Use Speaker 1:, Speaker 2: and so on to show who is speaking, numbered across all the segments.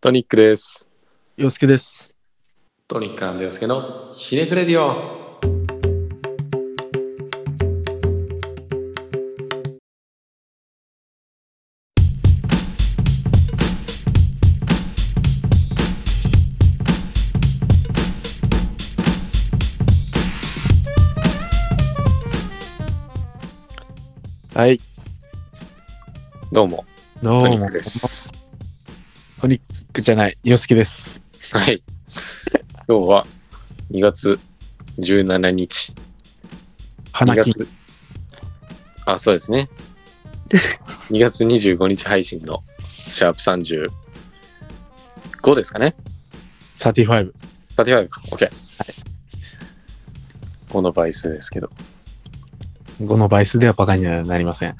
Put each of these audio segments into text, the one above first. Speaker 1: トニックです。
Speaker 2: 洋介です。
Speaker 1: トニックですけど、ひねくれディオ。
Speaker 2: はい、
Speaker 1: どうも、
Speaker 2: ど
Speaker 1: ト
Speaker 2: う
Speaker 1: ニッ
Speaker 2: も
Speaker 1: ク。です。
Speaker 2: じゃない、洋介です。
Speaker 1: はい。今日は2月17日。
Speaker 2: 花
Speaker 1: 2
Speaker 2: 金。
Speaker 1: 月あ、そうです ね。2月25日配信のシャープ35ですかね。
Speaker 2: 35。
Speaker 1: 35か。OK。この倍数ですけど。
Speaker 2: 5の倍数ではバカにはなりません。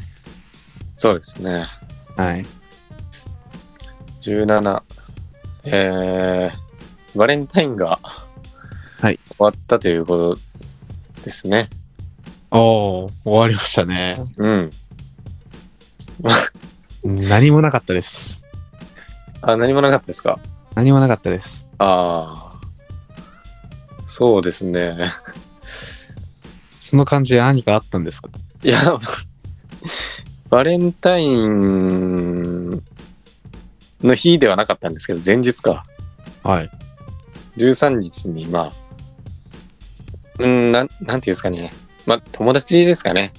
Speaker 1: そうですね。
Speaker 2: はい。
Speaker 1: 17。えー、バレンタインが、
Speaker 2: はい
Speaker 1: 終わったということですね。
Speaker 2: おー、終わりましたね。
Speaker 1: うん。
Speaker 2: 何もなかったです。
Speaker 1: あ、何もなかったですか
Speaker 2: 何もなかったです。
Speaker 1: ああ。そうですね。
Speaker 2: その感じで何かあったんですか
Speaker 1: いや、バレンタインの日ではなかったんですけど、前日か。
Speaker 2: はい。
Speaker 1: 13日に、まあ、うんなん、なんていうんですかね。まあ、友達ですかね。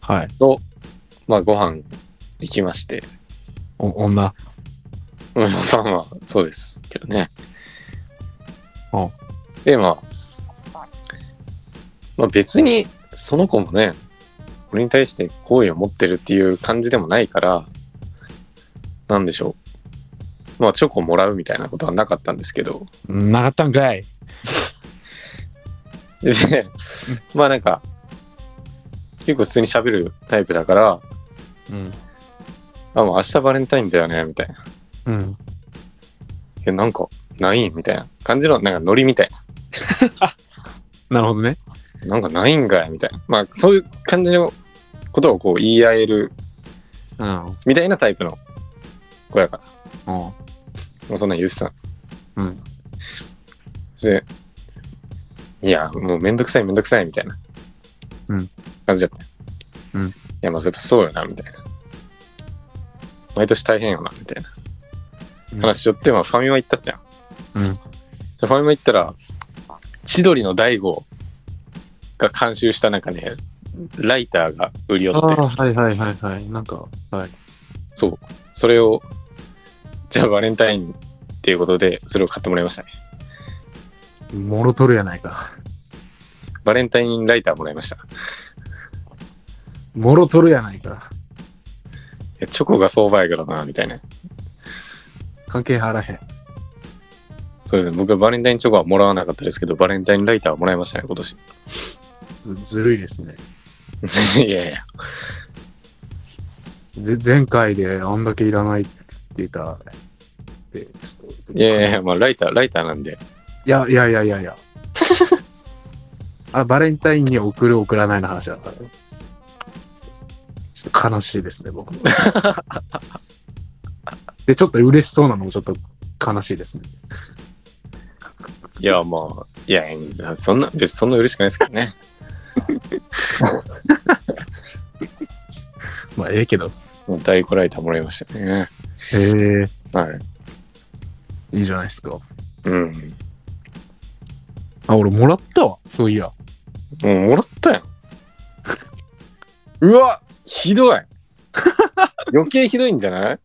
Speaker 2: はい。
Speaker 1: まあ、ご飯行きまして。
Speaker 2: お女。
Speaker 1: うんまあまあ、そうですけどね。
Speaker 2: あ
Speaker 1: で、まあ、まあ別に、その子もね、俺に対して好意を持ってるっていう感じでもないから、なんでしょう。まあ、チョコもらうみたいなことはなかったんですけど。
Speaker 2: なかったんかい。
Speaker 1: で、まあなんか、結構普通に喋るタイプだから、
Speaker 2: うん。
Speaker 1: あ、もう明日バレンタインだよね、みたいな。
Speaker 2: うん。
Speaker 1: え、なんか、ないみたいな感じの、なんかノリみたいな。
Speaker 2: なるほどね。
Speaker 1: なんかないんかいみたいな。まあ、そういう感じのことをこう言い合える
Speaker 2: うん。
Speaker 1: みたいなタイプの子やから。
Speaker 2: うん。
Speaker 1: もうそんなん言ってたの。
Speaker 2: うん。
Speaker 1: で、いや、もうめんどくさいめんどくさいみたいな。
Speaker 2: うん。
Speaker 1: 感じだったよ。
Speaker 2: うん
Speaker 1: いや、まあ、それそうよな、みたいな。毎年大変よな、みたいな話しよって、まあ、ファミマ行ったじゃん。
Speaker 2: うん
Speaker 1: でファミマ行ったら、千鳥の大悟が監修したなんかね、ライターが売り寄
Speaker 2: あ
Speaker 1: って。
Speaker 2: あ、はいはいはいはい。なんか、はい。
Speaker 1: そう。それを、じゃあバレンタインっていうことで、それを買ってもらいましたね。
Speaker 2: もろとるやないか。
Speaker 1: バレンタインライターもらいました。
Speaker 2: もろとるやないか。
Speaker 1: えチョコが相場やからな、みたいな。
Speaker 2: 関係あらへん。
Speaker 1: そうですね。僕はバレンタインチョコはもらわなかったですけど、バレンタインライターはもらいましたね、今年。
Speaker 2: ずずるいですね。
Speaker 1: いやいや。
Speaker 2: ぜ前回であんだけいらないって言ってたでちょっと
Speaker 1: いやいやいや、まあライター、ライターなんで。
Speaker 2: いやいやいやいやいやあバレンタインに送る送らないの話だからちょっと悲しいですね 僕もでちょっと嬉しそうなのもちょっと悲しいですね
Speaker 1: いや、まあ、いやいや、そんな、別にそんな嬉しくないですけどね。
Speaker 2: まあええけどへ
Speaker 1: もう大悟ライターもらいましたね。
Speaker 2: え
Speaker 1: はい。
Speaker 2: いいじゃないですか
Speaker 1: うん。
Speaker 2: あ俺もらったわそういや
Speaker 1: もうもらったやん。 うわひどい余計ひどいんじゃない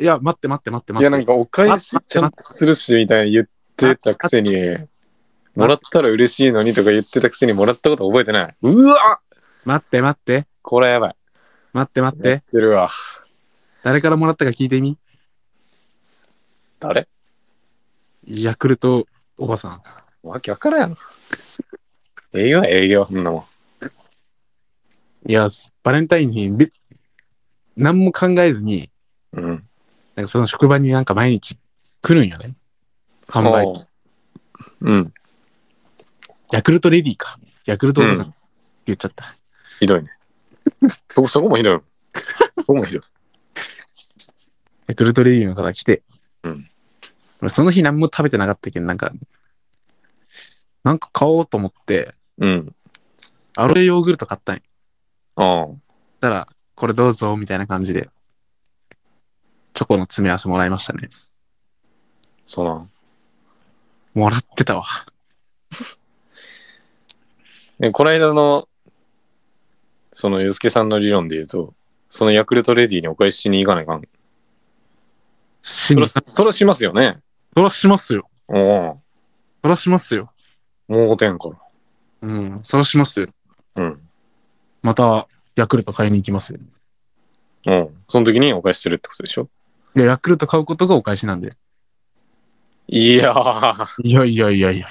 Speaker 2: いや待って待って待って待
Speaker 1: いや、
Speaker 2: って
Speaker 1: なんかお返し
Speaker 2: 待って
Speaker 1: ちゃんとするし、みたいな言ってたくせに、もらったら嬉しいのにとか言ってたくせにもらったこと覚えてない。うわ
Speaker 2: 待って待って
Speaker 1: これやばい。
Speaker 2: 待って待っ
Speaker 1: やっててるわ。
Speaker 2: 誰からもらったか聞いてみ
Speaker 1: 誰
Speaker 2: ヤクルトおばさん
Speaker 1: わけわからんやん。営業や営業、そんなもん。
Speaker 2: いや、すバレンタインの日にべ、何も考えずに、
Speaker 1: うん。
Speaker 2: なんかその職場になんか毎日来るんよね。販売
Speaker 1: お。ううん。
Speaker 2: ヤクルトレディーか。ヤクルトおばさん、
Speaker 1: う
Speaker 2: 言っちゃった。
Speaker 1: ひどいね。そ、そこもひどい。そこもひどい。
Speaker 2: ヤクルトレディーの方が来て、
Speaker 1: うん
Speaker 2: 俺その日何も食べてなかったけど、なんか、なんか買おうと思って、
Speaker 1: うん。
Speaker 2: アロエヨーグルト買ったんよ
Speaker 1: ああ。
Speaker 2: そしたら、これどうぞ、みたいな感じで、チョコの詰め合わせもらいましたね。
Speaker 1: そうなん。
Speaker 2: もらってたわ。
Speaker 1: で、この間の、その、ゆうすけさんの理論で言うと、そのヤクルトレディにお返ししに行かないかん。
Speaker 2: し
Speaker 1: そ
Speaker 2: ん
Speaker 1: れ、それしますよね。
Speaker 2: そらしますよ。
Speaker 1: おお。
Speaker 2: そらしますよ。
Speaker 1: もうてんか
Speaker 2: うん、そらしますよ。
Speaker 1: ら。うん。
Speaker 2: また、ヤクルト買いに行きますよ。
Speaker 1: うん。その時にお返しするってことでしょ
Speaker 2: いや、ヤクルト買うことがお返しなんで。
Speaker 1: いやー。
Speaker 2: いやいやいやいやいや。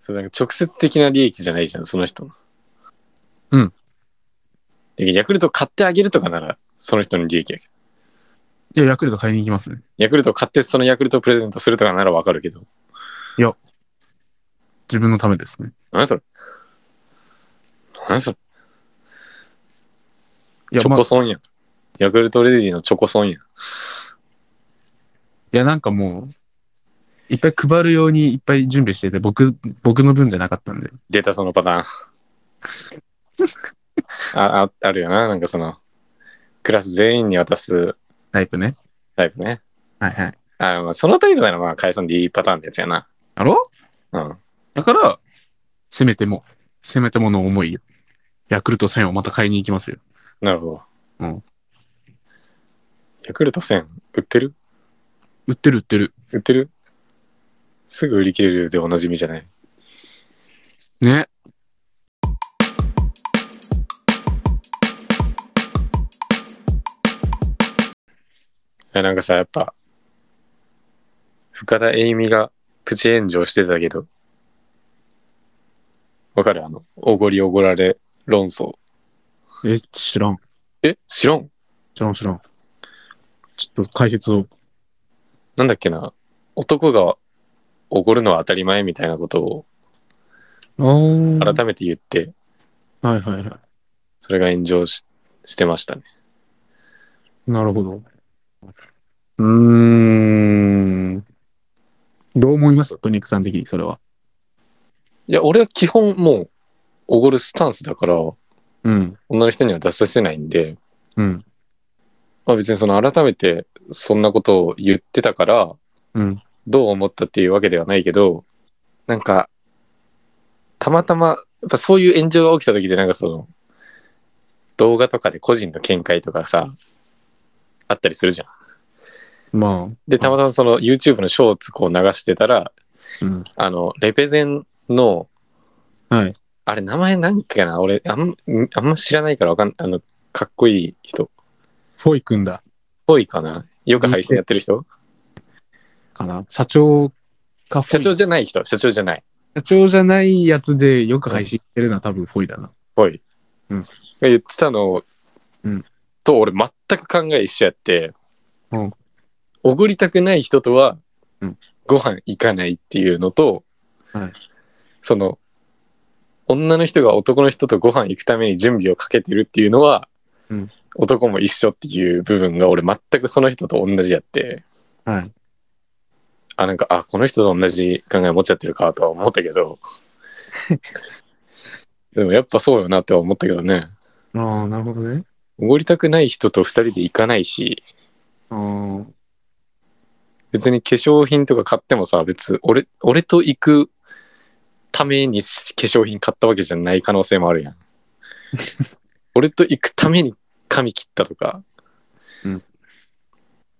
Speaker 1: それなんか直接的な利益じゃないじゃん、その人の。
Speaker 2: うん。
Speaker 1: でヤクルト買ってあげるとかなら、その人の利益やけど。
Speaker 2: いや、ヤクルト買いに行きますね。
Speaker 1: ヤクルト買ってそのヤクルトをプレゼントするとかならわかるけど。
Speaker 2: 自分のためですね。
Speaker 1: 何それ何それ
Speaker 2: いや、
Speaker 1: チョ
Speaker 2: まあ
Speaker 1: コソンやん。ヤクルトレディのチョコソンやん。
Speaker 2: いや、なんかもう、いっぱい配るようにいっぱい準備してて、僕、僕の分じゃなかったんで。
Speaker 1: 出たそのパターン。あ、あ、あるよな。なんかその、クラス全員に渡す
Speaker 2: タイプね。
Speaker 1: タイプね。
Speaker 2: はいはい。
Speaker 1: あ、まあ、そのタイプならまあ解散でいいパターンのやつやな。
Speaker 2: だろ
Speaker 1: うん。
Speaker 2: だから、せめても、せめてもの思いよ。ヤクルト1000をまた買いに行きますよ。
Speaker 1: なるほど。
Speaker 2: うん。
Speaker 1: ヤクルト1000売ってる
Speaker 2: 売ってる売ってる。
Speaker 1: 売ってるすぐ売り切れるでおなじみじゃない。
Speaker 2: ね。
Speaker 1: いやなんかさ、やっぱ、深田栄美がプチ炎上してたけど、わかるあの、おごりおごられ論争。
Speaker 2: え、知らん。
Speaker 1: え知らん
Speaker 2: 知らん知らん。ちょっと解説を。
Speaker 1: なんだっけな男がおごるのは当たり前みたいなことを
Speaker 2: あー
Speaker 1: 改めて言って、
Speaker 2: はいはいは
Speaker 1: それが炎上ししてましたね。
Speaker 2: い。なるほど。うーん。どう思いますトニックさん的に、それは。
Speaker 1: いや、俺は基本もう、おごるスタンスだから、
Speaker 2: うん。
Speaker 1: 女の人には出させないんで、
Speaker 2: うん。
Speaker 1: まあ別にその改めてそんなことを言ってたから、
Speaker 2: うん。
Speaker 1: どう思ったっていうわけではないけど、なんか、たまたま、やっぱそういう炎上が起きた時でなんかその、動画とかで個人の見解とかさ、あったりするじゃん。
Speaker 2: まあ。
Speaker 1: で、たまたまその YouTube のショーツこう流してたら、
Speaker 2: うん。
Speaker 1: あの、レペゼンの、
Speaker 2: はい。
Speaker 1: あれ名前何かな俺、あん、あんま知らないからわかんあの、かっこいい人っ
Speaker 2: フォイ君だ。
Speaker 1: ぽいかなよく配信やってる人
Speaker 2: かな。社長かフォ
Speaker 1: 社
Speaker 2: イ
Speaker 1: 長じゃない人、社長じゃない。
Speaker 2: 社長じゃないやつでよく配信してるのは多分フォイだな。
Speaker 1: ぽい。
Speaker 2: うん
Speaker 1: が言ってたのを、
Speaker 2: うん
Speaker 1: と俺全く考え一緒やって、
Speaker 2: うん
Speaker 1: おごりたくない人とは、
Speaker 2: うん
Speaker 1: ご飯行かないっていうのと、
Speaker 2: はい
Speaker 1: その、女の人が男の人とご飯行くために準備をかけてるっていうのは、
Speaker 2: うん
Speaker 1: 男も一緒っていう部分が俺全くその人と同じやって、
Speaker 2: はい。
Speaker 1: あ、なんか、あ、この人と同じ考え持っちゃってるかとは思ったけ ど、でもやっぱそうよなっては思ったけどね。
Speaker 2: ああ、なるほどね。
Speaker 1: おごりたくない人と二人で行かないし、
Speaker 2: あー
Speaker 1: 別に化粧品とか買ってもさ、別、俺、俺と行くために化粧品買ったわけじゃない可能性もある やん。俺と行くために髪切ったとか、
Speaker 2: うん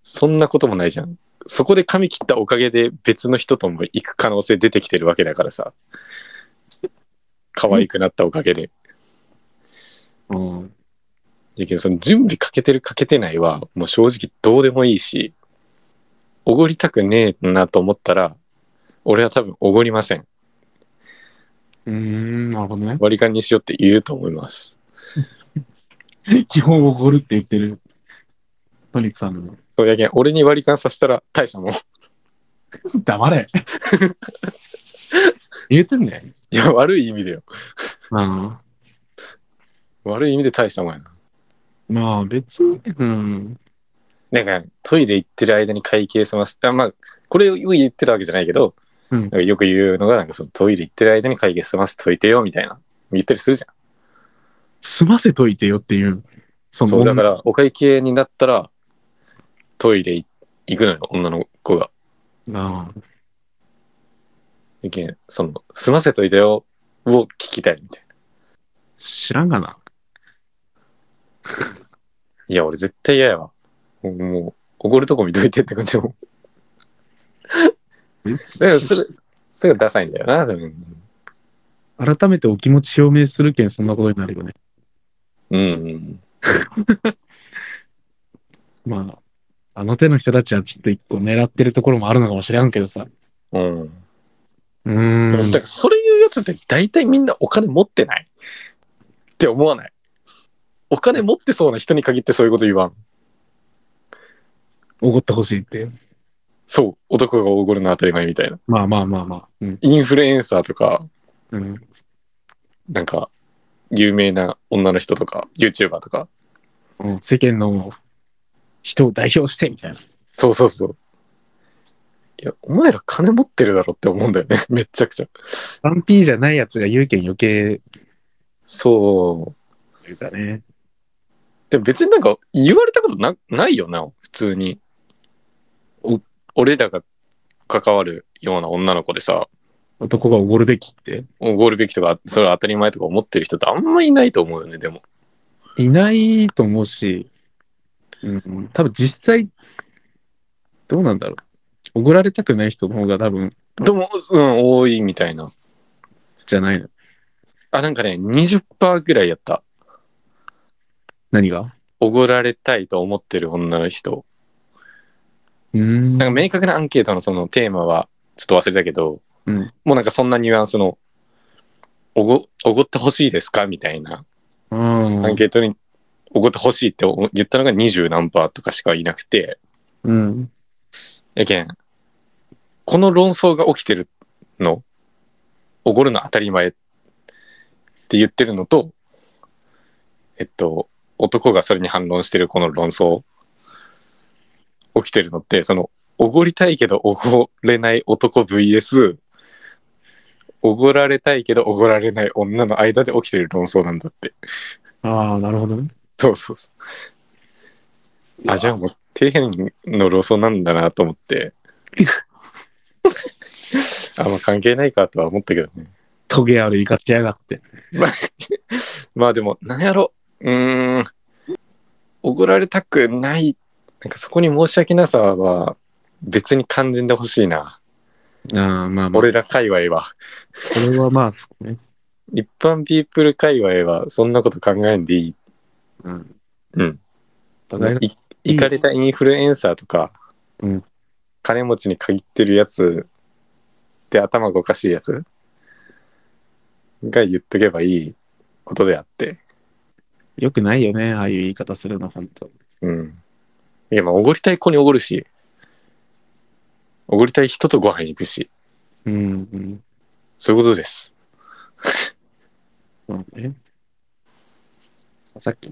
Speaker 1: そんなこともないじゃん。そこで髪切ったおかげで別の人とも行く可能性出てきてるわけだからさ。可愛くなったおかげで。
Speaker 2: あー。
Speaker 1: だけどその準備かけてるかけてないはもう正直どうでもいいしおごりたくねえなと思ったら俺は多分おごりません
Speaker 2: うーん、なるほどね。
Speaker 1: 割り勘にしようって言うと思います
Speaker 2: 基本をゴルって言ってる。トニックさんの。
Speaker 1: そうやけん俺に割り勘させたら大したもんい
Speaker 2: 黙 れ。言えてんね。
Speaker 1: や悪い意味でよ
Speaker 2: ああ。
Speaker 1: 悪い意味で大したもんやな
Speaker 2: まあ別に、うん。
Speaker 1: なんかトイレ行ってる間に会計済まして、あまあ、これを言ってたわけじゃないけど、
Speaker 2: うん
Speaker 1: なんかよく言うのが、なんかそのトイレ行ってる間に会計済ませといてよみたいな、言ったりするじゃん。
Speaker 2: 済ませといてよっていう。その
Speaker 1: そう、だからお会計になったら、トイレ行くのよ、女の子が。
Speaker 2: ああ
Speaker 1: いけんその、済ませといてよを聞きたいみたいな。
Speaker 2: 知らんがな。
Speaker 1: いや、俺絶対嫌やわ。もう、もう怒るとこ見といてって感じも。だからそれ、 それがダサいんだよな、多分。
Speaker 2: 改めてお気持ち表明するけん、そんなことになるよね。
Speaker 1: うんうん。
Speaker 2: まあ、あの手の人たちはちょっと一個狙ってるところもあるのかもしれんけどさ。
Speaker 1: うん。
Speaker 2: うーん。
Speaker 1: だからそれ言うやつって大体みんなお金持ってないって思わない。お金持ってそうな人に限ってそういうこと言わん。
Speaker 2: おごってほしいって。
Speaker 1: そう、男がおごるの当たり前みたいな。
Speaker 2: まあまあまあまあ。うん。
Speaker 1: インフルエンサーとか、
Speaker 2: うん。
Speaker 1: なんか、有名な女の人とか、YouTuber とか。
Speaker 2: うん世間の人を代表してみたいな。
Speaker 1: そうそうそう。いや、お前ら金持ってるだろって思うんだよね。 めっちゃくちゃ。
Speaker 2: 3P じゃないやつが言うけん余計
Speaker 1: そう。
Speaker 2: というかね。
Speaker 1: でも別になんか言われたことなないよな、普通に。
Speaker 2: お
Speaker 1: 俺らが関わるような女の子でさ、
Speaker 2: 男がおごるべきって。
Speaker 1: おごるべきとか、それは当たり前とか思ってる人ってあんまいないと思うよね、でも。
Speaker 2: いないと思うし、うん、多分実際、どうなんだろう。おごられたくない人の方が多分
Speaker 1: でも、うん、多いみたいな。
Speaker 2: じゃないの。
Speaker 1: あ、なんかね、20%ぐらいやった。
Speaker 2: 何が
Speaker 1: おごられたいと思ってる女の人。
Speaker 2: うーん。
Speaker 1: なんか明確なアンケートのそのテーマはちょっと忘れたけど、
Speaker 2: うん
Speaker 1: もうなんかそんなニュアンスの、おご、おごってほしいですかみたいな。
Speaker 2: うん
Speaker 1: アンケートにおごってほしいって言ったのが二十何パーとかしかいなくて、
Speaker 2: うん。
Speaker 1: やけん、この論争が起きてるの、おごるの当たり前って言ってるのと、えっと、男がそれに反論してるこの論争、起きてるのって、その、おごりたいけどおごれない男 VS、おごられたいけどおごられない女の間で起きてる論争なんだって。
Speaker 2: ああ、なるほどね。
Speaker 1: そうそうそう。あ、じゃあもう底辺の論争なんだなと思って。あんま関係ないかとは思ったけどね。
Speaker 2: トゲある言い方しやがって。
Speaker 1: まあでも、なんやろ。うーん。怒られたくない。なんかそこに申し訳なさは別に肝心でほしいな。
Speaker 2: ああ、まあ、
Speaker 1: 俺ら界隈は。
Speaker 2: これはまあ、そうね。
Speaker 1: 一般ピープル界隈はそんなこと考えんでいい。
Speaker 2: うん。
Speaker 1: うん。
Speaker 2: 互いが
Speaker 1: い行かれたインフルエンサーとか、
Speaker 2: うん
Speaker 1: 金持ちに限ってるやつで頭がおかしいやつが言っとけばいいことであって、
Speaker 2: よくないよね、ああいう言い方するの、本当
Speaker 1: うん。いや、まあ、おごりたい子におごるし、おごりたい人とご飯行くし、
Speaker 2: うん、うん。
Speaker 1: そういうことです。
Speaker 2: まあね。さっき、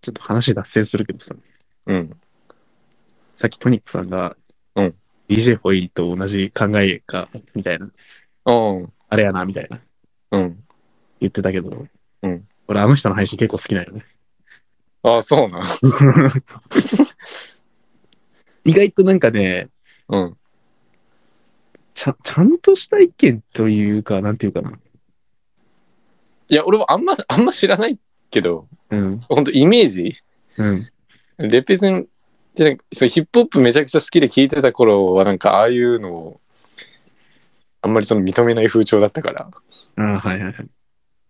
Speaker 2: ちょっと話脱線するけどさ、
Speaker 1: うん。
Speaker 2: さっきトニックさんが、
Speaker 1: うん。
Speaker 2: DJ ホイと同じ考えか、みたいな。
Speaker 1: うん。
Speaker 2: あれやな、みたいな。
Speaker 1: うん。
Speaker 2: 言ってたけど。
Speaker 1: うん。
Speaker 2: 俺、あの人の配信結構好きなんよね。
Speaker 1: ああ、そうな。
Speaker 2: 意外となんかね、
Speaker 1: うん。
Speaker 2: ちゃん、ちゃんとした意見というか、なんていうかな。
Speaker 1: いや、俺はあんま、あんま知らないけど、
Speaker 2: うん。
Speaker 1: 本当イメージ
Speaker 2: うん。
Speaker 1: レペゼンってなんかそのヒップホップめちゃくちゃ好きで聴いてた頃はなんかああいうのをあんまりその認めない風潮だったから
Speaker 2: ああ、はいはいはい。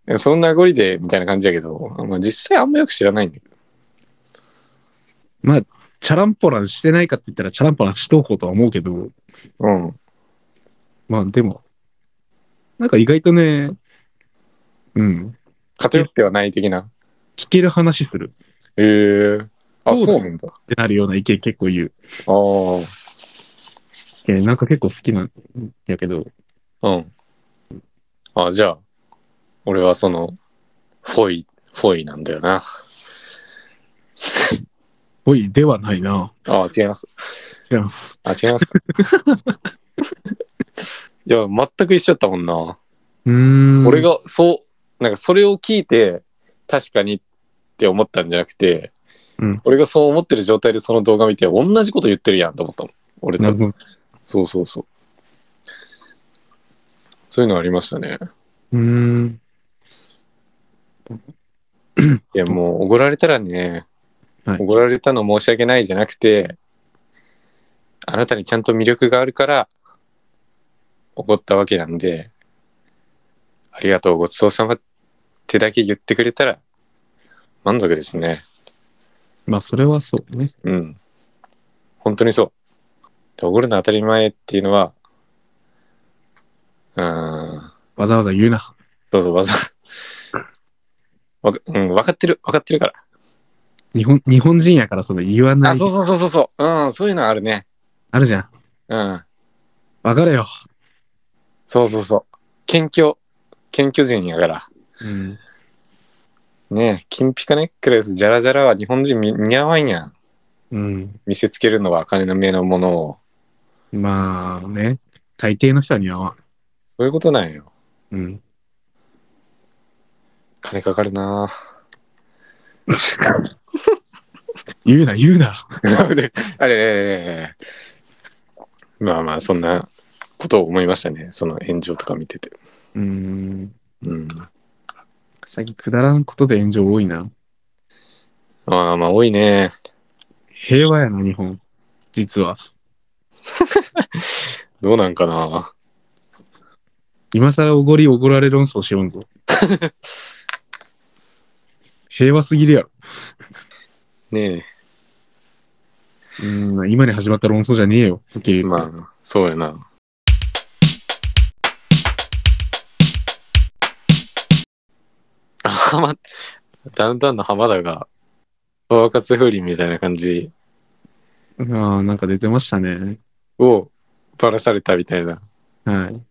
Speaker 1: でその名残でみたいな感じやけど、まあ、実際あんまよく知らないんだけど
Speaker 2: チャランポランしてないかって言ったら、チャランポランしとこうとは思うけど、
Speaker 1: うん
Speaker 2: まあでも、なんか意外とね、うん。
Speaker 1: 偏ってはない的な
Speaker 2: 聞ける話するっ
Speaker 1: へえあ
Speaker 2: そ
Speaker 1: そうう
Speaker 2: だ
Speaker 1: なんだあ
Speaker 2: てなるような意見結構言う。
Speaker 1: あ
Speaker 2: えーなんか結構好きなんやけど、
Speaker 1: うんあじゃあ俺はそのフォイフォイなんだよな
Speaker 2: おい、ではないな。
Speaker 1: ああ、違います。
Speaker 2: 違います。
Speaker 1: あ、違います か。いや、全く一緒だったもんな。
Speaker 2: うーん。
Speaker 1: 俺。が、そう、なんかそれを聞いて、確かにって思ったんじゃなくて、
Speaker 2: うん
Speaker 1: 俺がそう思ってる状態でその動画見て、同じこと言ってるやんと思ったもん。俺
Speaker 2: な
Speaker 1: と
Speaker 2: る。ほど。
Speaker 1: そうそうそう。そういうのありましたね。
Speaker 2: うーん。
Speaker 1: いや、もう、おごられたらね、
Speaker 2: はい
Speaker 1: おごられたの申し訳ないじゃなくて、あなたにちゃんと魅力があるから、おごったわけなんで、ありがとう、ごちそうさまってだけ言ってくれたら、満足ですね。
Speaker 2: まあ、それはそうね。
Speaker 1: うん。本当にそう。でおごるの当たり前っていうのは、うーん、
Speaker 2: わざわざ言うな。
Speaker 1: そうそう、わざ、わかうん、分かってる、分かってるから。
Speaker 2: 日本、日本人やからその言わな
Speaker 1: あ、
Speaker 2: い
Speaker 1: そ。うそうそうそうそう。うん、そういうのあるね。
Speaker 2: あるじゃん。
Speaker 1: うん。
Speaker 2: わかれよ。
Speaker 1: そうそうそう。謙虚、謙虚人やから。
Speaker 2: うん。
Speaker 1: ねえ、金ピカネックレス、ジャラジャラは日本人み似合わんやん。
Speaker 2: うん。
Speaker 1: 見せつけるのは金の目のものを。
Speaker 2: まあね。大抵の人には、
Speaker 1: そういうことなんよ。
Speaker 2: うん。
Speaker 1: 金かかるな ぁ
Speaker 2: 言うな、言うな。
Speaker 1: あれ、ええまあまあ、そんなことを思いましたね。その炎上とか見てて。
Speaker 2: うーん。
Speaker 1: うん。
Speaker 2: 最近くだらんことで炎上多いな。
Speaker 1: まあまあ、多いね。
Speaker 2: 平和やな、日本。実は。
Speaker 1: どうなんかな
Speaker 2: 今更おごりおごられ論争しよ んぞ。平和すぎるやろ。
Speaker 1: ね
Speaker 2: うーん、今に始まった論争じゃねえよ。受け入
Speaker 1: え。
Speaker 2: れて
Speaker 1: まあ、そうやな。 あ、はま、ダウンタウンの浜田が、パワーカツ風鈴みたいな感じ
Speaker 2: ああ、なんか出てましたね。
Speaker 1: をバラされたみたいな。
Speaker 2: はい。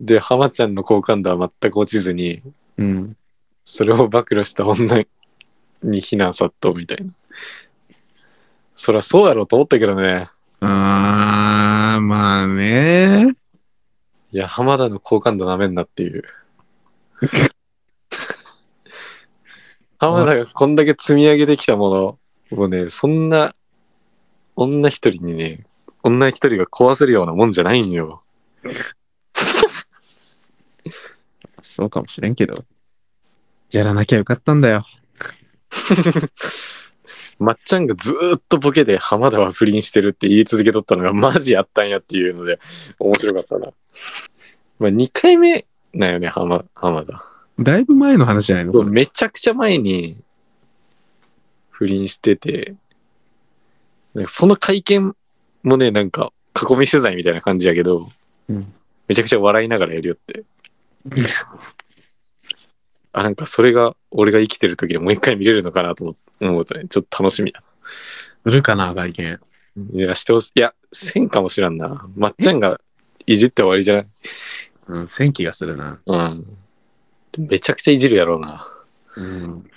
Speaker 1: で、浜ちゃんの好感度は全く落ちずに、
Speaker 2: うん。
Speaker 1: それを暴露した女に非難殺到みたいな。そりゃそうやろうと思ったけどね。
Speaker 2: ああ、まあね。
Speaker 1: いや、浜田の好感度なめんなっていう。 浜田がこんだけ積み上げてきたものをね、そんな女一人にね、女一人が壊せるようなもんじゃないんよ。
Speaker 2: そうかもしれんけど。やらなきゃよかったんだよ。
Speaker 1: まっちゃんがずーっとボケで浜田は不倫してるって言い続けとったのがマジやったんやっていうので、面白かったな。まあ2回目なんよね、浜浜田。
Speaker 2: だいぶ前の話じゃないのそれ
Speaker 1: めちゃくちゃ前に不倫してて、なんかその会見もね、なんか囲み取材みたいな感じやけど、
Speaker 2: うん
Speaker 1: めちゃくちゃ笑いながらやるよって。あ、なんかそれが俺が生きてる時でもう一回見れるのかなと思思うとね、ちょっと楽しみだ。
Speaker 2: するかな、外見。
Speaker 1: いや、してほしい。いや、せんかもしらんな。まっちゃんがいじって終わりじゃない
Speaker 2: うん、千気がするな。
Speaker 1: うん。めちゃくちゃいじるやろうな。
Speaker 2: うん。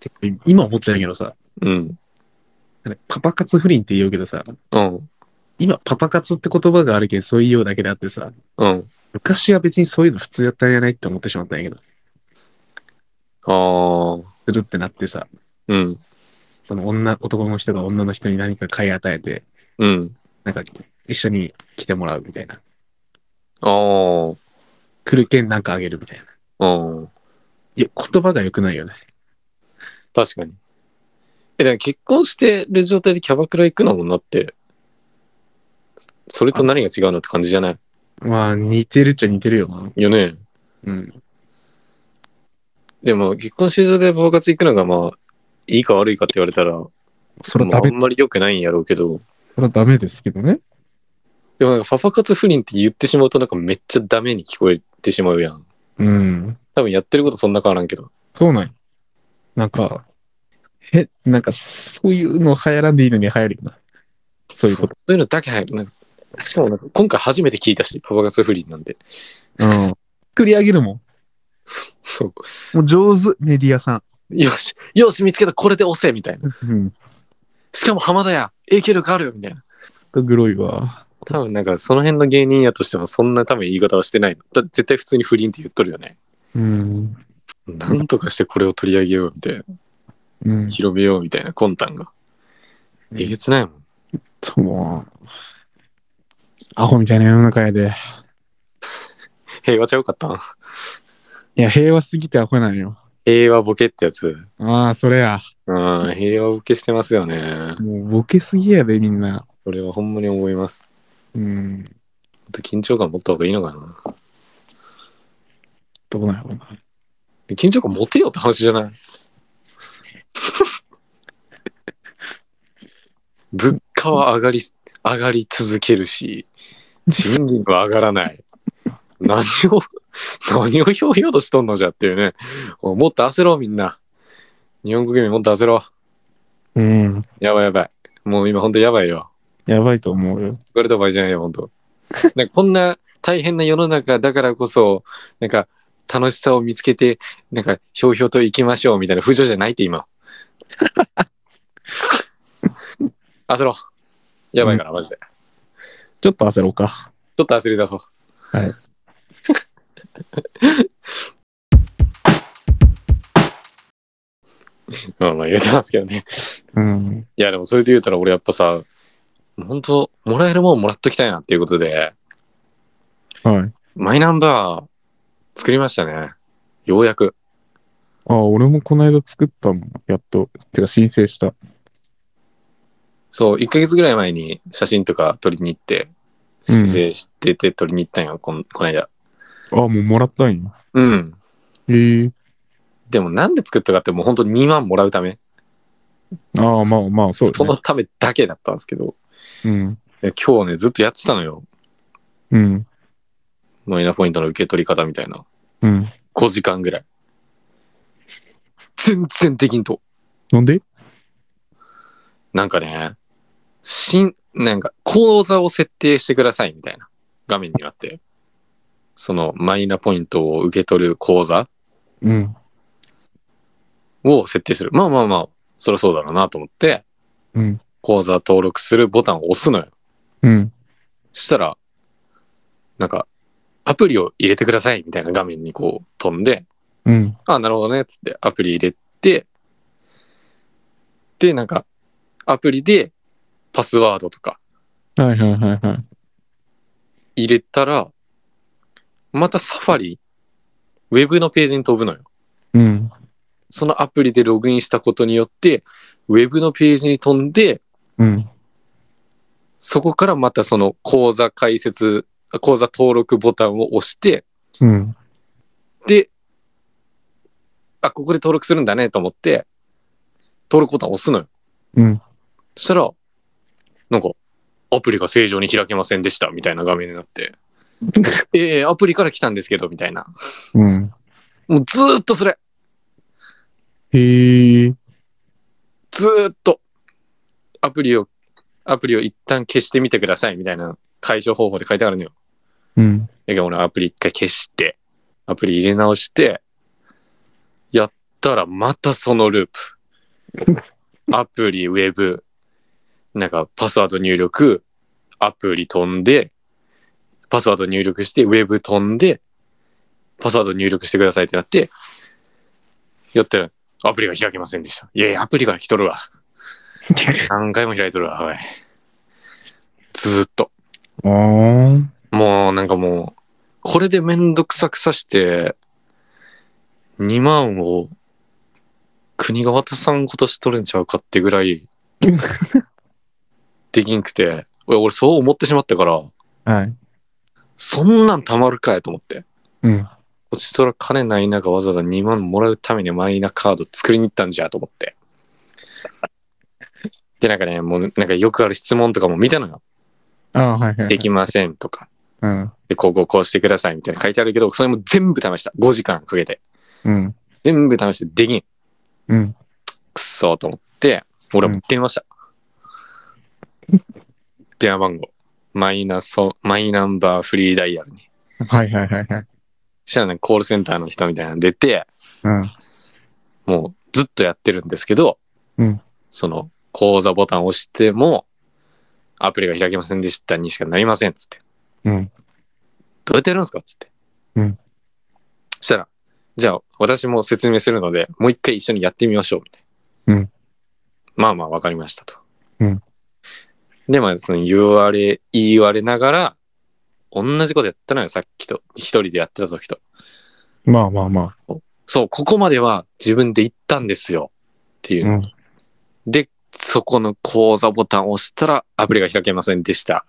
Speaker 2: てか今思ってないけどさ、
Speaker 1: うん。
Speaker 2: なんかパパ活不倫って言うけどさ、
Speaker 1: うん。
Speaker 2: 今パパ活って言葉があるけどそういうようだけであってさ、
Speaker 1: うん。
Speaker 2: 昔は別にそういうの普通やったんやないって思ってしまったんやけど、
Speaker 1: ああ。
Speaker 2: するってなってさ、
Speaker 1: うん。
Speaker 2: その女、男の人が女の人に何か買い与えて、
Speaker 1: うん。
Speaker 2: なんか一緒に来てもらうみたいな。
Speaker 1: あ
Speaker 2: 来る券なんかあげるみたいな。
Speaker 1: あ。うん。
Speaker 2: いや、言葉が良くないよね。
Speaker 1: 確かに。え、でも結婚してる状態でキャバクラ行くのもんなって、そそれと何が違うのって感じじゃない
Speaker 2: まあ、似てるっちゃ似てるよな。
Speaker 1: よね。
Speaker 2: うん。
Speaker 1: でも結婚してる状態でパパ活行くのがまあ、いいか悪いかって言われたら、ま
Speaker 2: それは
Speaker 1: あ、
Speaker 2: ダ
Speaker 1: あ
Speaker 2: メ
Speaker 1: ん、まり良くないんやろうけど、
Speaker 2: それはダメですけどね。
Speaker 1: でもなんかパパ活不倫って言ってしまうとなんかめっちゃダメに聞こえてしまうやん。
Speaker 2: うん。
Speaker 1: 多分やってることそんな変わらんけど。
Speaker 2: そうなんよなんか、へ、なんか、そういうの流行らんでいいのに流行るよな。そういうこと。
Speaker 1: そういうのだけ入る。なんかしかもなんか今回初めて聞いたし、パパ活不倫なんで。
Speaker 2: うん。作り上げるもん。
Speaker 1: そう。
Speaker 2: もう上手、メディアさん。
Speaker 1: よし、よし見つけた、これで押せみたいな。
Speaker 2: うん。
Speaker 1: しかも浜田や、影響力あるよみたいな。
Speaker 2: とグロいわ。
Speaker 1: 多分なんかその辺の芸人やとしてもそんな多分言い方はしてないの。だ絶対普通に不倫って言っとるよね。
Speaker 2: うん。
Speaker 1: なんとかしてこれを取り上げようみたいな。
Speaker 2: うん。
Speaker 1: 広めようみたいな魂胆が。えげつないもん。
Speaker 2: そうもうアホみたいな世の中やで。
Speaker 1: 平和ちゃうかったん
Speaker 2: いや、平和すぎてアホなんよ。
Speaker 1: 平和ボケってやつ。
Speaker 2: ああ、それや。
Speaker 1: うん、平和ボケしてますよね。
Speaker 2: もうボケすぎやで、みんな。
Speaker 1: それはほんまに思います。
Speaker 2: うん。
Speaker 1: もっと緊張感持った方がいいのかな。
Speaker 2: どうなんやろうな。
Speaker 1: 緊張感持てよって話じゃない物価は上がり、上がり続けるし、賃金は上がらない。何を、何をひょうひょうとしとんのじゃっていうね。もっと焦ろうみんな。日本国民もっと焦ろう。
Speaker 2: うん。
Speaker 1: やばいやばい。もう今ほんとやばいよ。
Speaker 2: やばいと思うよ。
Speaker 1: これと場合じゃないよ、ほん と。なんかこんな大変な世の中だからこそ、なんか楽しさを見つけて、なんかひょうひょうと行きましょうみたいな風潮じゃないって 今。焦ろう。やばいから、マジで。
Speaker 2: ちょっと焦ろうか。
Speaker 1: ちょっと焦り出そう。
Speaker 2: はい。
Speaker 1: まあまあ言えてますけどね。
Speaker 2: うん。
Speaker 1: いやでもそれで言うたら俺やっぱさ、本当もらえるもんもらっときたいなっていうことで、
Speaker 2: はい。
Speaker 1: マイナンバー作りましたね。ようやく。
Speaker 2: ああ、俺もこの間作ったの。やっと。てか、申請した。
Speaker 1: そう、1ヶ月ぐらい前に写真とか撮りに行って、申請してて撮りに行ったんよ、こんこの間。
Speaker 2: ああ、もうもらったんや。
Speaker 1: うん。
Speaker 2: へえ。
Speaker 1: でもなんで作ったかってもう本当2万もらうため、
Speaker 2: ああ、まあまあ、そう
Speaker 1: そ
Speaker 2: だ
Speaker 1: の
Speaker 2: ね。
Speaker 1: ためだけだったんですけど、
Speaker 2: うん。
Speaker 1: いや今日ね、ずっとやってたのよ。
Speaker 2: うん。
Speaker 1: マイナポイントの受け取り方みたいな。
Speaker 2: うん。
Speaker 1: 5時間ぐらい。全然できんと。
Speaker 2: なんで
Speaker 1: なんかね、新、なんか、口座を設定してくださいみたいな画面になって、そのマイナポイントを受け取る口座
Speaker 2: うん。
Speaker 1: を設定する。まあまあまあ、そりゃそうだろうなと思って、
Speaker 2: うん。
Speaker 1: 口座登録するボタンを押すのよ。
Speaker 2: うん。
Speaker 1: したら、なんか、アプリを入れてくださいみたいな画面にこう飛んで、
Speaker 2: うん。
Speaker 1: あ、なるほどね、つってアプリ入れて、で、なんか、アプリでパスワードとか
Speaker 2: はいはいはいはい。
Speaker 1: 入れたら、またサファリ、ウェブのページに飛ぶのよ。
Speaker 2: うん。
Speaker 1: そのアプリでログインしたことによって、ウェブのページに飛んで、
Speaker 2: うん。
Speaker 1: そこからまたその講座解説、講座登録ボタンを押して、
Speaker 2: うん。
Speaker 1: で、あ、ここで登録するんだねと思って、登録ボタンを押すのよ。
Speaker 2: うん。
Speaker 1: そしたら、なんか、アプリが正常に開けませんでした、みたいな画面になって。ええアプリから来たんですけど、みたいな。
Speaker 2: うん。
Speaker 1: もうずーっとそれ。
Speaker 2: へえ。
Speaker 1: ずーっと。アプリを、アプリを一旦消してみてください、みたいな解消方法で書いてあるのよ。
Speaker 2: うん。
Speaker 1: だけど俺アプリ一回消して、アプリ入れ直して、やったらまたそのループ。アプリ、ウェブ、なんかパスワード入力、アプリ飛んで、パスワード入力して、ウェブ飛んで、パスワード入力してくださいってなって、やったらアプリが開けませんでした。いやいや、アプリから来とるわ。何回も開いとるわ、おい。ずーっと。
Speaker 2: ああ。
Speaker 1: もうなんかもう、これでめんどくさくさして、2万を国が渡さんことしとるんちゃうかってぐら い、できんくて、俺俺そう思ってしまったから、
Speaker 2: はい。
Speaker 1: そんなんたまるかいと思って。
Speaker 2: うん。
Speaker 1: こっちそら金ない中わざわざ2万もらうためにマイナカード作りに行ったんじゃと思って。で、なんかね、もうなんかよくある質問とかも見たのよ。
Speaker 2: ああ、はいはい。
Speaker 1: できませんとか。
Speaker 2: うん。
Speaker 1: で、こうこうこうしてくださいみたいな書いてあるけど、それも全部試した。5時間かけて。
Speaker 2: うん。
Speaker 1: 全部試してできん。
Speaker 2: うん。
Speaker 1: くっそーと思って、俺はもう電話した。電話番号。マイナソ、マイナンバーフリーダイヤルに。
Speaker 2: はいはいはいはい。
Speaker 1: そしたらね、コールセンターの人みたいなの出て、
Speaker 2: うん。
Speaker 1: もうずっとやってるんですけど、
Speaker 2: うん
Speaker 1: その、講座ボタンを押しても、アプリが開けませんでしたにしかなりません、つって。
Speaker 2: うん
Speaker 1: どうやってやるんですかつって。
Speaker 2: うん
Speaker 1: そしたら、じゃあ私も説明するので、もう一回一緒にやってみましょう、みたいな。
Speaker 2: うん
Speaker 1: まあまあ、わかりましたと。
Speaker 2: うん
Speaker 1: で、まあ、その言われ、言われながら、同じことやったのよ、さっきと、一人でやってた時と。
Speaker 2: まあまあま
Speaker 1: そう、ここまでは自分で行ったんですよ。っていう。
Speaker 2: うん
Speaker 1: で、そこの講座ボタンを押したらアプリが開けませんでした。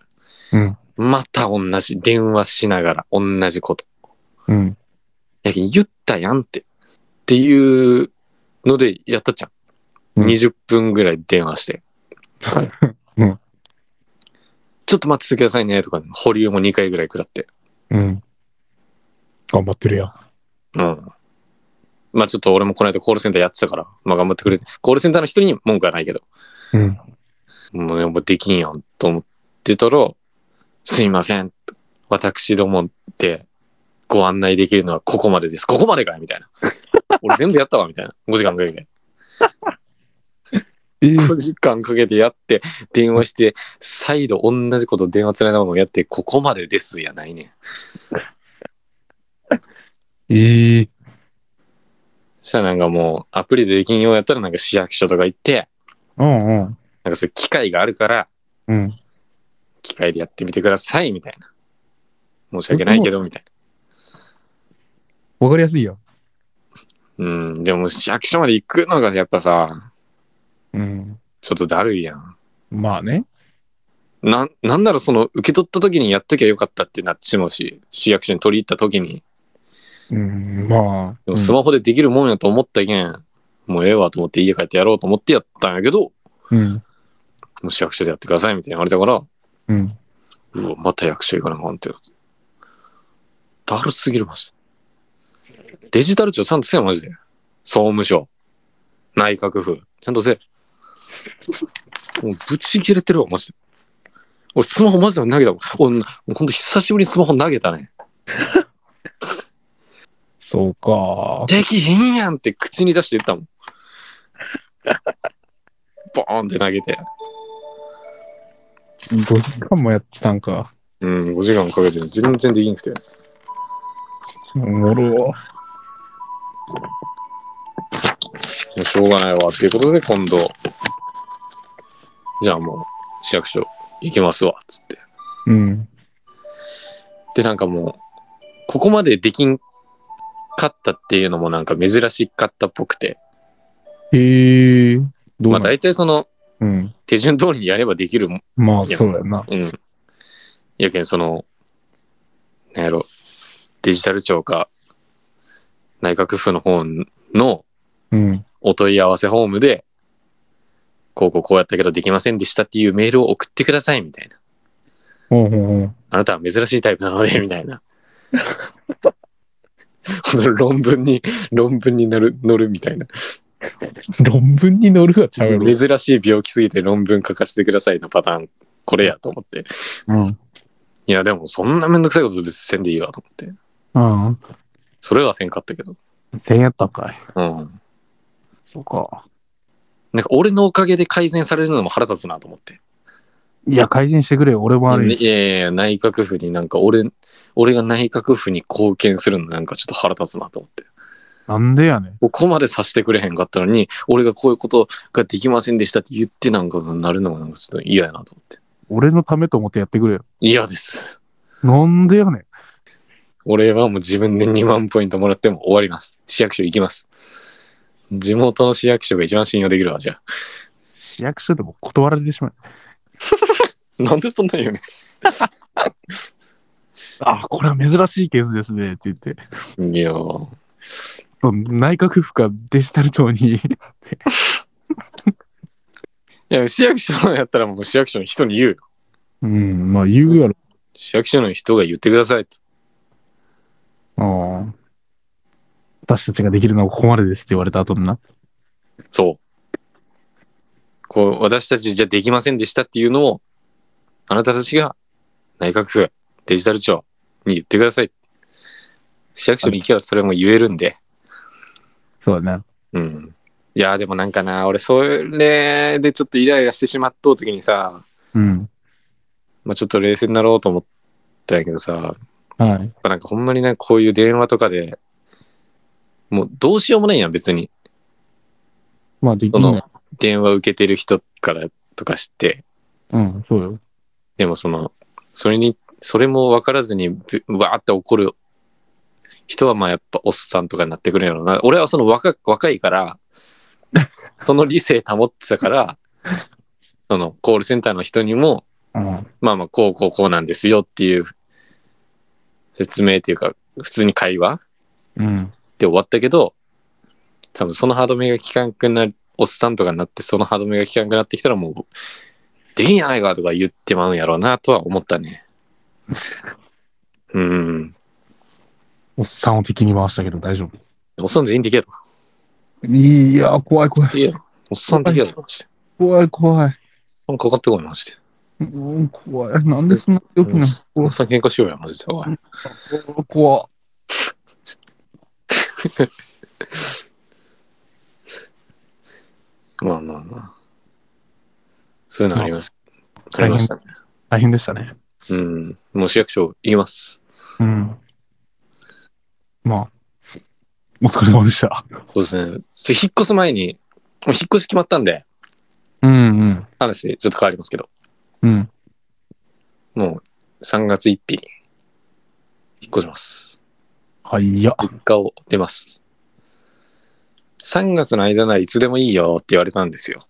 Speaker 2: うん
Speaker 1: また同じ。電話しながら同じこと。
Speaker 2: あ。うん。
Speaker 1: やけん言ったやんって。っていうのでやったじゃん。
Speaker 2: うん
Speaker 1: 20分ぐらい電話して。
Speaker 2: うん
Speaker 1: ちょっと待っててくださいねとか、保留も2回ぐらい食らって。
Speaker 2: うん。頑張ってるや。
Speaker 1: うん。まあちょっと俺もこの間コールセンターやってたから、まあ頑張ってくれて、コールセンターの人に文句はないけど。
Speaker 2: うん。
Speaker 1: もうねもうできんやんと思ってたら、すいません。私どもでご案内できるのはここまでです。ここまでかいみ たいな。俺全部やったわ、みたいな。5時間かけて。
Speaker 2: ええ
Speaker 1: 5時間かけてやって、電話して、再度同じこと電話つないだものをやって、ここまでですやないねん。
Speaker 2: ええ
Speaker 1: そしたらなんかもう、アプリでできんようやったらなんか市役所とか行って、
Speaker 2: うんうん。
Speaker 1: なんかそういう機械があるから、
Speaker 2: うん。
Speaker 1: 機械でやってみてください、みたいな。申し訳ないけど、みたいな。
Speaker 2: わかりやすいや。
Speaker 1: うん、でも市役所まで行くのがやっぱさ、
Speaker 2: うん。
Speaker 1: ちょっとだるいやん。
Speaker 2: まあね。
Speaker 1: なん、なんならその受け取った時にやっときゃよかったってなっちまうし、市役所に取り入った時に、
Speaker 2: うん、まあ。
Speaker 1: でもスマホでできるもんやと思ったけん、もうええわと思って家帰ってやろうと思ってやったんやけど、も
Speaker 2: うん。
Speaker 1: う市役所でやってくださいみたいに言われたから、
Speaker 2: うん。
Speaker 1: うわ、また役所行かなあかんってなって。だるすぎるまし。デジタル庁ちゃんとせえよ、マジで。総務省。内閣府。ちゃんとせえ。もうぶち切れてるわ、マジで。俺、スマホマジで投げたもん。俺、もうほんと久しぶりにスマホ投げたね。
Speaker 2: そうか。
Speaker 1: できへんやんって口に出して言ったもん。ボーンって投げて。
Speaker 2: 5時間もやってたんか。
Speaker 1: うん、5時間かけて全然できなくて。
Speaker 2: おもろ。
Speaker 1: もうしょうがないわっていうことで今度じゃあもう市役所行きますわっつって
Speaker 2: うん。
Speaker 1: でなんかもうここまでできんかったっていうのもなんか珍しかったっぽくて
Speaker 2: へえ。
Speaker 1: ま
Speaker 2: どう
Speaker 1: あ
Speaker 2: なん
Speaker 1: 大体その
Speaker 2: うん。
Speaker 1: 手順通りにやればできるもん
Speaker 2: まあ、
Speaker 1: いや
Speaker 2: そうやな。
Speaker 1: うんやけんそのなんやろデジタル庁か内閣府の方の
Speaker 2: うん。
Speaker 1: お問い合わせフォームでこうこうこうやったけどできませんでしたっていうメールを送ってくださいみたいな
Speaker 2: ほうほうほう。
Speaker 1: あなたは珍しいタイプなので、み たいな。本当に論文に、論文に乗る、乗るみたいな。
Speaker 2: 論文に載るはちゃうやろ。
Speaker 1: 珍しい病気すぎて論文書かせてくださいのパターン、これやと思って。
Speaker 2: うん。
Speaker 1: いや、でもそんなめんどくさいこと別にせんでいいわと思って。
Speaker 2: うん。
Speaker 1: それはせんかったけど。
Speaker 2: 1000やったんかい。
Speaker 1: うん。
Speaker 2: そうか。
Speaker 1: なんか俺のおかげで改善されるのも腹立つなと思って。
Speaker 2: いや、改善してくれよ。俺も悪い。
Speaker 1: いやいやいや、内閣府になんか俺、俺が内閣府に貢献するのなんかちょっと腹立つなと思って。
Speaker 2: なんでやねん。
Speaker 1: ここまでさせてくれへんかったのに、俺がこういうことができませんでしたって言ってなんかなるのがなんかちょっと嫌やなと思って。
Speaker 2: 俺のためと思ってやってくれよ。
Speaker 1: 嫌です。
Speaker 2: なんでやねん。
Speaker 1: 俺はもう自分で2万ポイントもらっても終わります。市役所行きます。地元の市役所が一番信用できるわ、じゃあ。
Speaker 2: 市役所でも断られてしまう。
Speaker 1: なんでそんなに言う
Speaker 2: あ、これは珍しいケースですね。って言って。
Speaker 1: のいやー
Speaker 2: そう内閣府かデジタル庁に。
Speaker 1: いや、市役所のやったらもう市役所の人に言うよ。
Speaker 2: うん、まあ言うやろ。
Speaker 1: 市役所の人が言ってくださいと。
Speaker 2: ああ。私たちができるのはここまでですって言われた後にな。
Speaker 1: そう。こう、私たちじゃできませんでしたっていうのを、あなたたちが内閣府、デジタル庁に言ってください。市役所に行けばそれも言えるんで、
Speaker 2: そうだな。
Speaker 1: うん。いや、でもなんかな、俺、それでちょっとイライラしてしまっとう時にさ、
Speaker 2: うん。
Speaker 1: まあ、ちょっと冷静になろうと思ったんやけどさ、やっ
Speaker 2: はい。
Speaker 1: ぱなんかほんまになんかこういう電話とかで、もうどうしようもないやん、別に。
Speaker 2: まあ、でき
Speaker 1: そ
Speaker 2: な
Speaker 1: の
Speaker 2: い。
Speaker 1: 電話受けてる人からとかして、
Speaker 2: うん、そうよ。
Speaker 1: でもその、それに、それも分からずに、ぶわーって怒る人はまあやっぱおっさんとかになってくるんやろうな。俺はその若若いから、その理性保ってたから、そのコールセンターの人にも、
Speaker 2: うん。
Speaker 1: まあまあこうこうこうなんですよっていう説明っていうか、普通に会話
Speaker 2: うん。
Speaker 1: で終わったけど、多分その歯止めが効かんくなる、おっさんとかになって、その歯止めが効かんくなってきたらもう、できんやないかとか言ってまうんやろうなとは思った ね。うん。
Speaker 2: おっさんを敵に回したけど大丈夫。
Speaker 1: おっさん全員できやろ。
Speaker 2: いや、怖い怖い。
Speaker 1: できやろ。おっさんできやろ。マジで
Speaker 2: 怖い怖い。
Speaker 1: おっさんかかってこい、マジで。
Speaker 2: うん、怖い。なんでそんな良くない
Speaker 1: おっさん喧嘩しようや、マジで。おい
Speaker 2: 怖
Speaker 1: まあまあまあ。そういうのあります。あ
Speaker 2: あ
Speaker 1: りましたね。
Speaker 2: 大変でしたね。
Speaker 1: うん。もう市役所行きます。
Speaker 2: うん。まあ、お疲れ様でした。
Speaker 1: そうですね。それ引っ越す前に、もう引っ越し決まったんで、
Speaker 2: うんうん。
Speaker 1: 話ちょっと変わりますけど。
Speaker 2: うん。
Speaker 1: もう3月1日に引っ越します。
Speaker 2: はいや。
Speaker 1: 実家を出ます。3月の間ならいつでもいいよって言われたんですよ。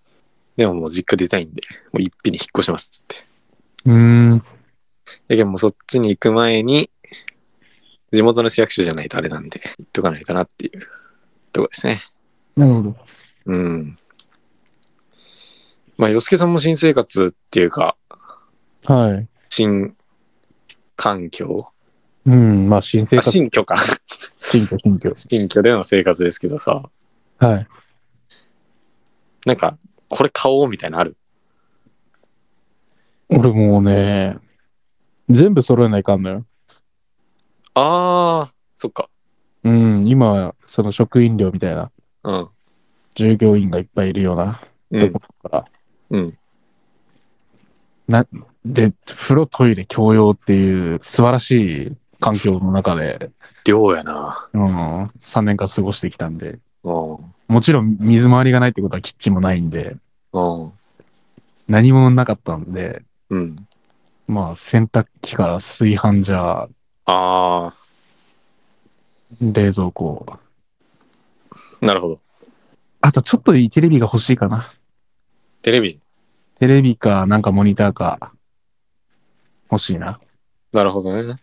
Speaker 1: でももう実家出たいんで、もう一日に引っ越しますって。
Speaker 2: うーん。
Speaker 1: だけどもうそっちに行く前に、地元の市役所じゃないとあれなんで、行っとかないとなっていうとこですね。
Speaker 2: なるほど。
Speaker 1: うん。まあ、洋介さんも新生活っていうか、
Speaker 2: はい。
Speaker 1: 新環境
Speaker 2: うん。まあ、新生
Speaker 1: あ
Speaker 2: 活、
Speaker 1: 新居 か。
Speaker 2: 新居、新居。
Speaker 1: 新居での生活ですけどさ、
Speaker 2: はい。
Speaker 1: なんか、これ買おうみたいなのある。
Speaker 2: 俺もうね、全部揃えないかんのよ。
Speaker 1: あー、そっか。
Speaker 2: うん。今、その職員寮みたいな、
Speaker 1: うん。
Speaker 2: 従業員がいっぱいいるような
Speaker 1: う
Speaker 2: と
Speaker 1: ん
Speaker 2: こ。ろから。
Speaker 1: うん。
Speaker 2: で、風呂、トイレ、共用っていう素晴らしい環境の中で、
Speaker 1: 量やな。
Speaker 2: うん。3年間過ごしてきたんで。
Speaker 1: うん。
Speaker 2: もちろん水回りがないってことはキッチンもないんで、
Speaker 1: うん。
Speaker 2: 何もなかったんで、
Speaker 1: うん。
Speaker 2: まあ洗濯機から炊飯ジャー、
Speaker 1: あ
Speaker 2: 冷蔵庫。
Speaker 1: ー、なるほど。
Speaker 2: あとちょっといいテレビが欲しいかな。
Speaker 1: テレビ。
Speaker 2: テレビか、なんかモニターか、欲しいな。
Speaker 1: なるほどね。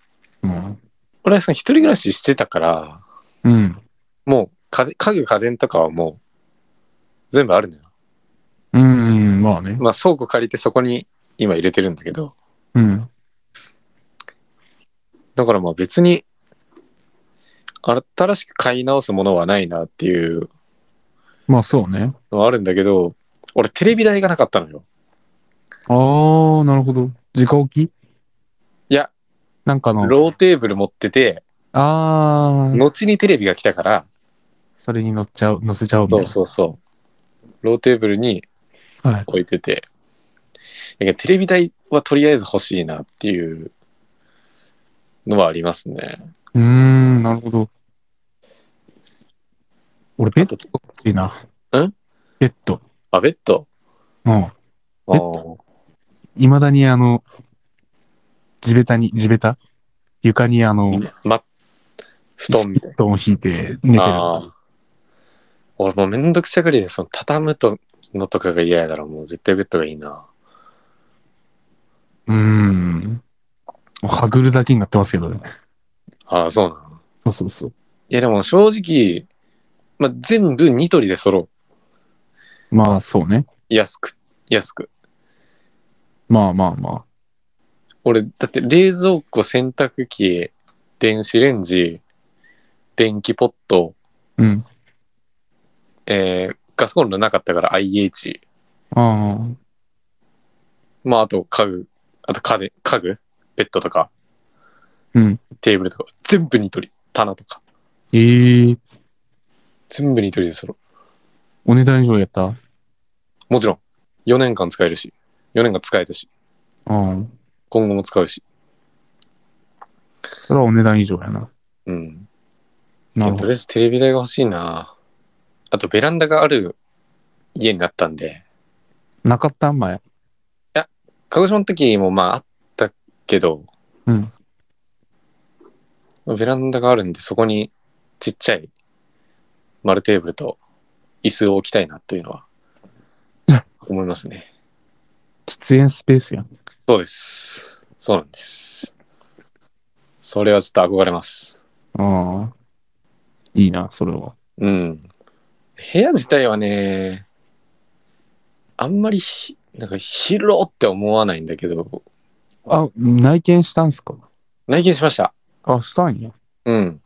Speaker 2: うん。
Speaker 1: 俺はその一人暮らししてたから、
Speaker 2: うん。
Speaker 1: もう家電家具家電とかはもう、全部あるのよ。
Speaker 2: うん、うん、まあね。
Speaker 1: まあ倉庫借りてそこに今入れてるんだけど、
Speaker 2: うん。
Speaker 1: だからまあ別に、新しく買い直すものはないなっていう
Speaker 2: まあそうね。
Speaker 1: のはあるんだけど、俺テレビ台がなかったのよ。
Speaker 2: あー、なるほど。直置き
Speaker 1: いや。
Speaker 2: なんかの、
Speaker 1: ローテーブル持ってて、
Speaker 2: あー、
Speaker 1: 後にテレビが来たから、
Speaker 2: それに乗っちゃう、乗せちゃうみた
Speaker 1: そ
Speaker 2: いうな。
Speaker 1: そうそう。ローテーブルに
Speaker 2: はい。
Speaker 1: 置いてて。だけどテレビ台はとりあえず欲しいなっていうのはありますね。
Speaker 2: うーん、なるほど。俺、ベッド欲しいな。
Speaker 1: ん
Speaker 2: ベッド。
Speaker 1: あ、ベッド
Speaker 2: うん。
Speaker 1: あー
Speaker 2: いまだにあの、地べたに、地べた床にあの、
Speaker 1: ま、布団みたい
Speaker 2: 布団を敷いて寝てる
Speaker 1: な。。あー俺もうめんどくさがりで、その畳むとのとかが嫌やから、もう絶対ベッドがいいな。
Speaker 2: うーん。はぐるだけになってますけどね。
Speaker 1: ああ、そうなの。
Speaker 2: そうそうそう。
Speaker 1: いや、でも正直、まあ、全部ニトリで揃う。
Speaker 2: まあ、そうね。
Speaker 1: 安く、安く。
Speaker 2: まあまあま
Speaker 1: 俺、だって冷蔵庫、洗濯機、電子レンジ、電気ポット、
Speaker 2: あ。うん。
Speaker 1: えーガスコンロなかったから IH、
Speaker 2: あ
Speaker 1: まああと家具、あと家電、家具、ベッドとか、
Speaker 2: うん
Speaker 1: テーブルとか、全部ニトリ、棚とか、
Speaker 2: あ。ええ
Speaker 1: 全部ニトリで揃
Speaker 2: お値段以上やった
Speaker 1: もちろん、4年間使えるし、4年間使えるし、
Speaker 2: うん。
Speaker 1: 今後も使うし。
Speaker 2: それはお値段以上やな。
Speaker 1: うん。
Speaker 2: なるほ
Speaker 1: と
Speaker 2: ど
Speaker 1: り。あえずテレビ台が欲しいなあとベランダがある家になったんで、
Speaker 2: なかったん前。
Speaker 1: 鹿児島の時もまああったけど、
Speaker 2: うん
Speaker 1: ベランダがあるんで、そこにちっちゃい丸テーブルと椅子を置きたいなというの は思いますね。
Speaker 2: 喫煙スペースやん。
Speaker 1: そうです。そうなんです。それはちょっと憧れます。
Speaker 2: ああ。いいな、それは。
Speaker 1: うん。部屋自体はね、あんまりひ、なんか広って思わないんだけど、
Speaker 2: あ、内見したんすか
Speaker 1: 内見しました。
Speaker 2: あ、したんや。
Speaker 1: うん。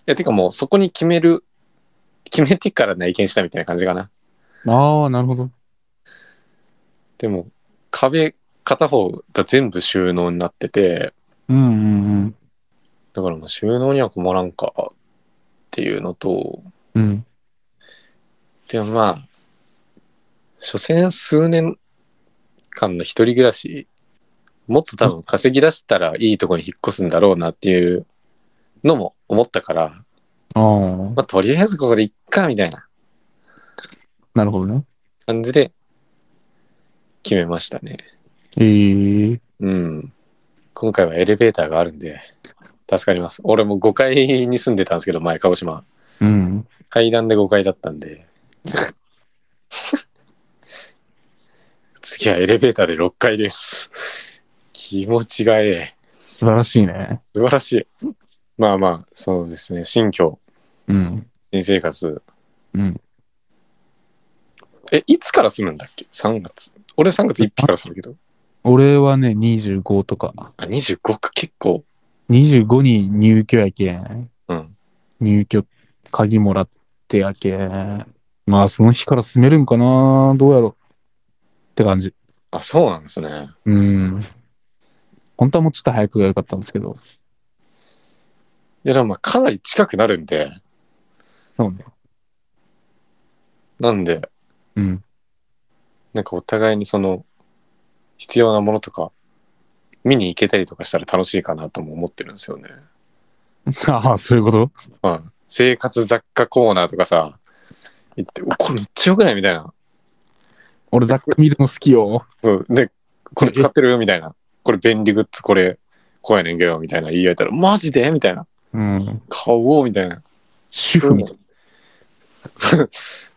Speaker 1: いや、てかもうそこに決める、決めてから内見したみたいな感じかな。
Speaker 2: ああ、なるほど。
Speaker 1: でも、壁片方が全部収納になってて、
Speaker 2: うんうん
Speaker 1: だからもう収納には困らんかっていうのと、
Speaker 2: うん。うん。
Speaker 1: でもまあ、所詮数年間の一人暮らし、もっと多分稼ぎ出したらいいとこに引っ越すんだろうなっていうのも思ったから、
Speaker 2: あ
Speaker 1: まあとりあえずここでいっかみたいな
Speaker 2: あ、なるほどね。
Speaker 1: 感じで決めましたね。
Speaker 2: ええ
Speaker 1: うん。今回はエレベーターがあるんで、助かります。俺も5階に住んでたんですけど、前、鹿児島。
Speaker 2: うん。
Speaker 1: 階段で5階だったんで。次はエレベーターで6階です。気持ちがええ。
Speaker 2: 素晴らしいね。
Speaker 1: 素晴らしい。まあまあ、そうですね。新居、
Speaker 2: うん。
Speaker 1: 新生活。
Speaker 2: うん。
Speaker 1: え、いつから住むんだっけ ?3 月。俺3月1日から住むけど。
Speaker 2: 俺はね、25とか。
Speaker 1: あ、25か、結構。
Speaker 2: 25に入居やけん。
Speaker 1: うん。
Speaker 2: 入居、鍵もらってやけん。まあ、その日から住めるんかなどうやろって感じ。
Speaker 1: あ、そうなんですね。
Speaker 2: うん。本当はもうちょっと早くが良かったんですけど。
Speaker 1: いや、でもまあ、かなり近くなるんで、
Speaker 2: そうね。
Speaker 1: なんで、
Speaker 2: うん。
Speaker 1: なんかお互いにその、必要なものとか、見に行けたりとかしたら楽しいかなとも思ってるんですよね。
Speaker 2: ああ、そういうこと
Speaker 1: うん。生活雑貨コーナーとかさ、行って、おこれめっちゃ良くないみたいな。
Speaker 2: 俺、ざっく見るの好きよ。
Speaker 1: そう。で、これ使ってるよみたいな。これ便利グッズ、これ、こうやねんけど、みたいな言い合えたら、マジでみたいな。
Speaker 2: うん。
Speaker 1: 買おうみたいな。
Speaker 2: 主婦みたい。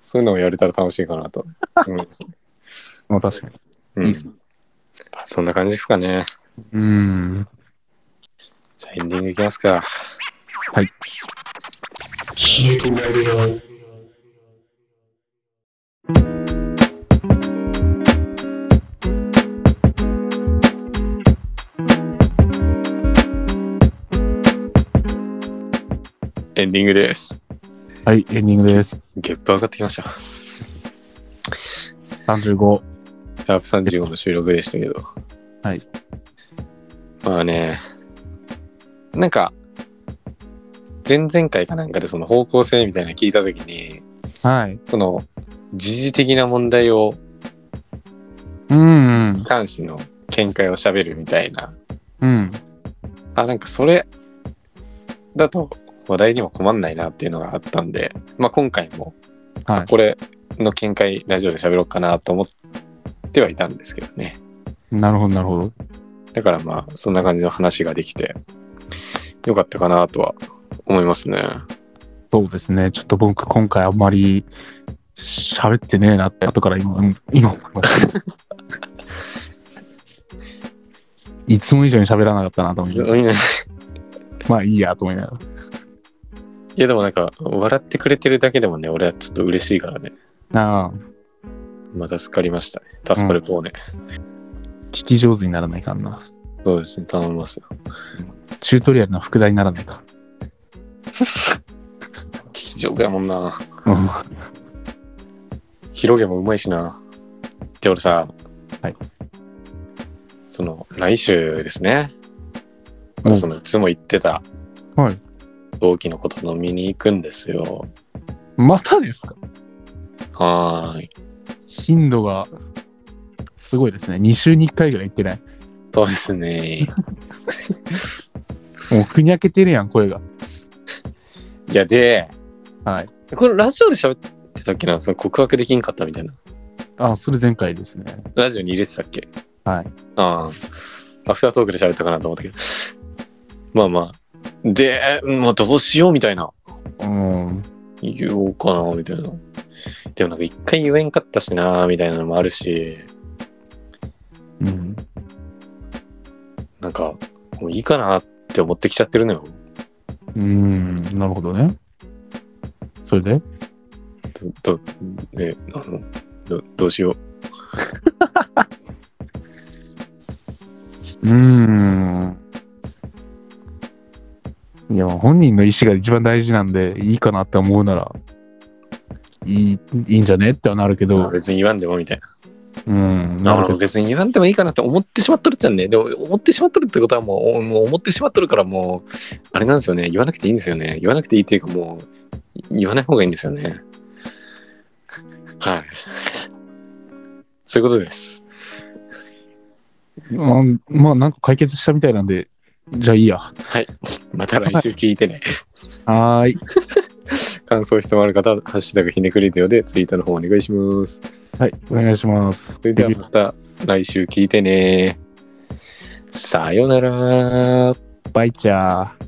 Speaker 1: そういうのをやれたら楽しいかなと思いますね。
Speaker 2: まあ、確かに。
Speaker 1: うん
Speaker 2: いいっす
Speaker 1: そんな感じですかね。
Speaker 2: うん。
Speaker 1: じゃあエンディングいきますか。
Speaker 2: はい。
Speaker 1: エンディングです。
Speaker 2: はい、エンディングです。
Speaker 1: ゲップ上がってきました。
Speaker 2: 35。
Speaker 1: シャープ35の収録でしたけど。
Speaker 2: はい。
Speaker 1: まあね、なんか、前々回かなんかでその方向性みたいなの聞いたときに、
Speaker 2: はい。
Speaker 1: その、時事的な問題を
Speaker 2: うん。
Speaker 1: 関しての見解を喋るみたいな。
Speaker 2: うん。
Speaker 1: あ、なんかそれだと話題にも困んないなっていうのがあったんで、まあ今回も、
Speaker 2: はい。
Speaker 1: これの見解ラジオで喋ろうかなと思ってはいたんですけどね。
Speaker 2: なるほど、なるほど。
Speaker 1: だからまあ、そんな感じの話ができて、よかったかなとは思いますね。
Speaker 2: そうですね。ちょっと僕、今回あんまり喋ってねえなって、後から今、うん今思いました。いつも以上に喋らなかったなと思っ
Speaker 1: い
Speaker 2: て、
Speaker 1: や
Speaker 2: まあいいやと思いながら。
Speaker 1: いやでもなんか、笑ってくれてるだけでもね、俺はちょっと嬉しいからね。
Speaker 2: なあ、
Speaker 1: まあ、助かりましたね。助かる方ね。
Speaker 2: 聞き上手にならないかんな。
Speaker 1: そうですね、頼みますよ。
Speaker 2: チュートリアルの副題にならないか。
Speaker 1: 聞き上手やもんな。
Speaker 2: うん。
Speaker 1: 広げもうまいしな。で、俺さ、
Speaker 2: はい
Speaker 1: その、来週ですね。
Speaker 2: うん
Speaker 1: その、いつも言ってた、
Speaker 2: はい
Speaker 1: 同期のこと飲みに行くんですよ。
Speaker 2: またですか
Speaker 1: はーい。
Speaker 2: 頻度がすごいですね。2週に1回ぐらい行ってない。
Speaker 1: そうですね。
Speaker 2: もうふにゃけてるやん、声が。
Speaker 1: いや、で、
Speaker 2: はい。
Speaker 1: これラジオで喋ってたっけな、その告白できんかったみたいな。
Speaker 2: あ、それ前回ですね。
Speaker 1: ラジオに入れてたっけ
Speaker 2: はい。
Speaker 1: ああ。アフタートークで喋ったかなと思ったけど。まあまあ。で、もうどうしようみたいな。
Speaker 2: うん。
Speaker 1: 言おうかな、みたいな。でもなんか一回言えんかったしな、みたいなのもあるし、
Speaker 2: うん。
Speaker 1: なんか、もういいかなって思ってきちゃってるのよ。
Speaker 2: うん。なるほどね。それで
Speaker 1: ど、ど、え、あの、どどうしよう。
Speaker 2: うん。いや、本人の意思が一番大事なんで、いいかなって思うなら、いい、いいんじゃねってはなるけ
Speaker 1: あ
Speaker 2: ど、
Speaker 1: 別に言わんでも、みたいな。
Speaker 2: うん。
Speaker 1: な
Speaker 2: な
Speaker 1: る
Speaker 2: る
Speaker 1: ほ
Speaker 2: け
Speaker 1: ど。
Speaker 2: ど。
Speaker 1: 別に言わんでもいいかなって思ってしまっとるじゃんね。でも、思ってしまっとるってことはもう、おもう思ってしまっとるからもう、あれなんですよね。言わなくていいんですよね。言わなくていいっていうかもう、言わない方がいいんですよね。はい。そういうことです。
Speaker 2: うんまあ、なんか解決したみたいなんで、じゃあいいや。
Speaker 1: また来週聞いてね。
Speaker 2: はーい。
Speaker 1: 感想、質問ある方は、ハッシュタグひねくれデオでツイートの方お願いします。
Speaker 2: はい、お願いします。
Speaker 1: それではまた来週聞いてね。さよなら。
Speaker 2: バイチャー。